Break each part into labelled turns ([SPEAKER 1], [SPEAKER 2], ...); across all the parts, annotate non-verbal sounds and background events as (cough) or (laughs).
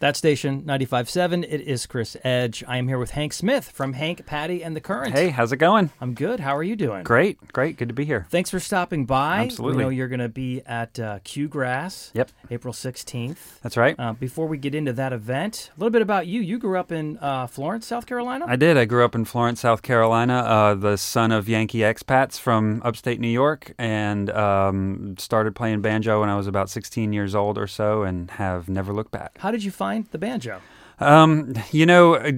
[SPEAKER 1] That station, 95.7, it is Chris Edge. I am here with Hank Smith from Hank, Patty, and the Current.
[SPEAKER 2] Hey, how's it going?
[SPEAKER 1] I'm good. How are you doing?
[SPEAKER 2] Great, great. Good to be here.
[SPEAKER 1] Thanks for stopping by.
[SPEAKER 2] Absolutely.
[SPEAKER 1] We know you're going to be at uh, Q Grass.
[SPEAKER 2] Yep.
[SPEAKER 1] April 16th.
[SPEAKER 2] That's right.
[SPEAKER 1] Uh, before we get into that event, a little bit about you. You grew up in uh, Florence, South Carolina.
[SPEAKER 2] I did. I grew up in Florence, South Carolina, uh, the son of Yankee expats from upstate New York, and um, started playing banjo when I was about 16 years old or so, and have never looked back.
[SPEAKER 1] How did you find the
[SPEAKER 2] (laughs)
[SPEAKER 1] banjo?
[SPEAKER 2] Um, you know, uh,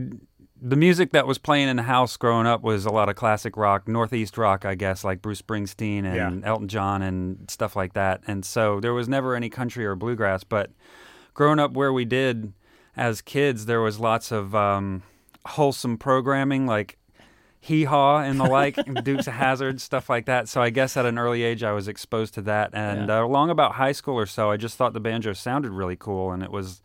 [SPEAKER 2] the music that was playing in the house growing up was a lot of classic rock, Northeast rock, I guess, like Bruce Springsteen and
[SPEAKER 1] Yeah.
[SPEAKER 2] Elton John and stuff like that. And so there was never any country or bluegrass, but growing up where we did as kids, there was lots of um, wholesome programming like hee haw and the like, Dukes of Hazard, stuff like that. So I guess at an early age, I was exposed to that. And uh, along about high school or so, I just thought the banjo sounded really cool, and it was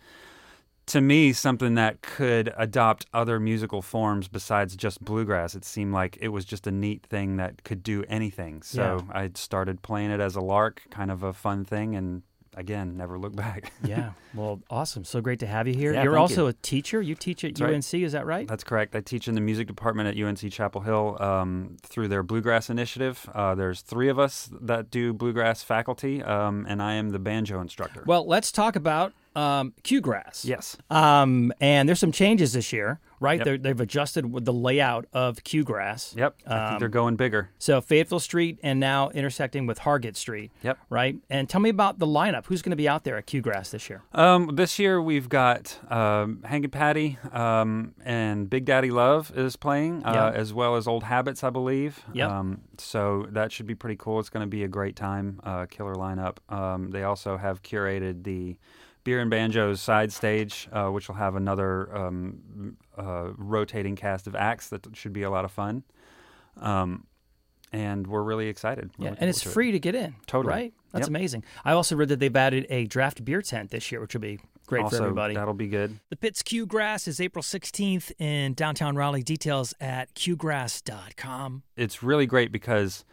[SPEAKER 2] to me something that could adopt other musical forms besides just bluegrass. It seemed like it was just a neat thing that could do anything. So I started playing it as a lark, kind of a fun thing, and again, never looked (laughs) back.
[SPEAKER 1] Yeah. Well, awesome. So great to have you here.
[SPEAKER 2] Yeah,
[SPEAKER 1] You're
[SPEAKER 2] thank
[SPEAKER 1] also
[SPEAKER 2] you.
[SPEAKER 1] a teacher. You teach at
[SPEAKER 2] right.
[SPEAKER 1] UNC, is that right?
[SPEAKER 2] That's correct. I teach in the music department at UNC Chapel Hill um, through their bluegrass initiative. Uh, there's three of us that do bluegrass faculty, um, and I am the banjo instructor.
[SPEAKER 1] Well, let's talk about um, Q Grass.
[SPEAKER 2] yes,
[SPEAKER 1] Um, and there's some changes this year, right?
[SPEAKER 2] Yep.
[SPEAKER 1] They're, they've adjusted with the layout of Q Grass.
[SPEAKER 2] yep. I think they're going bigger.
[SPEAKER 1] So Fayetteville Street and now intersecting with Hargett Street.
[SPEAKER 2] Yep.
[SPEAKER 1] Right. And tell me about the lineup. Who's going to be out there at Q Grass this year?
[SPEAKER 2] Um, this year we've got um, Hangin' Patty um, and Big Daddy Love is playing, uh,
[SPEAKER 1] Yeah.
[SPEAKER 2] as well as Old Habits, I believe.
[SPEAKER 1] Yep.
[SPEAKER 2] Um, so that should be pretty cool. It's going to be a great time, uh, killer lineup. Um, they also have curated the Beer and Banjo's side stage, uh, which will have another um, uh, rotating cast of acts that should be a lot of fun. Um, and we're really excited. We're looking
[SPEAKER 1] and it's
[SPEAKER 2] forward to it.
[SPEAKER 1] free to get in.
[SPEAKER 2] Totally.
[SPEAKER 1] Right. That's
[SPEAKER 2] Yep.
[SPEAKER 1] amazing. I also read that they've added a draft beer tent this year, which will be great
[SPEAKER 2] also,
[SPEAKER 1] for everybody.
[SPEAKER 2] That'll be good.
[SPEAKER 3] The Pitts Q Grass is April 16th in downtown Raleigh. Details at qgrass.com.
[SPEAKER 2] it's really great because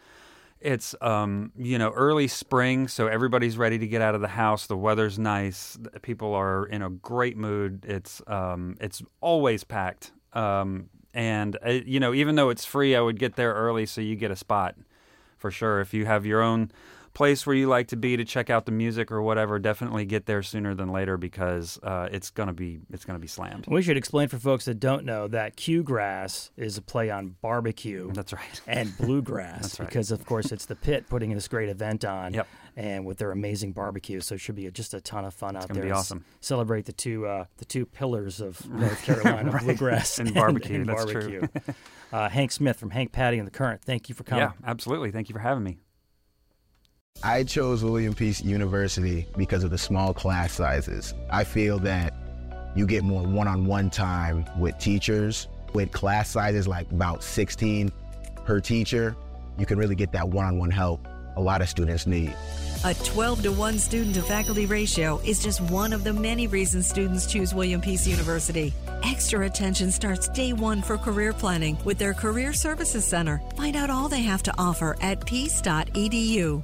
[SPEAKER 2] it's um, you know early spring, so everybody's ready to get out of the house. The weather's nice. The People are in a great mood. It's um, it's always packed. Um, and uh, you know, even though it's free, I would get there early so you get a spot for sure. If you have your own place where you like to be to check out the music or whatever, definitely get there sooner than later because uh, it's gonna be it's gonna be slammed.
[SPEAKER 1] We should explain for folks that don't know that Q Grass is a play on barbecue.
[SPEAKER 2] That's right.
[SPEAKER 1] and bluegrass because of course it's the pit putting this great event on
[SPEAKER 2] Yep.
[SPEAKER 1] and with their amazing barbecue so it should be just a ton of fun out
[SPEAKER 2] gonna
[SPEAKER 1] there
[SPEAKER 2] be
[SPEAKER 1] S-
[SPEAKER 2] awesome.
[SPEAKER 1] celebrate the two uh, the two pillars
[SPEAKER 2] (laughs)
[SPEAKER 1] of north carolina bluegrass
[SPEAKER 2] And barbecue,
[SPEAKER 1] and
[SPEAKER 2] that's true.
[SPEAKER 1] barbecue. uh, hank smith from hank patty and the current thank you for coming
[SPEAKER 2] Yeah, absolutely. Thank you for having me.
[SPEAKER 4] I chose William Peace University because of the small class sizes. I feel that you get more one on one time with teachers. With class sizes like about 16 per teacher, you can really get that one on one help a lot of students need.
[SPEAKER 5] A 12 to 1 student to faculty ratio is just one of the many reasons students choose William Peace University. Extra attention starts day one for career planning with their Career Services Center. Find out all they have to offer at E peace.edu.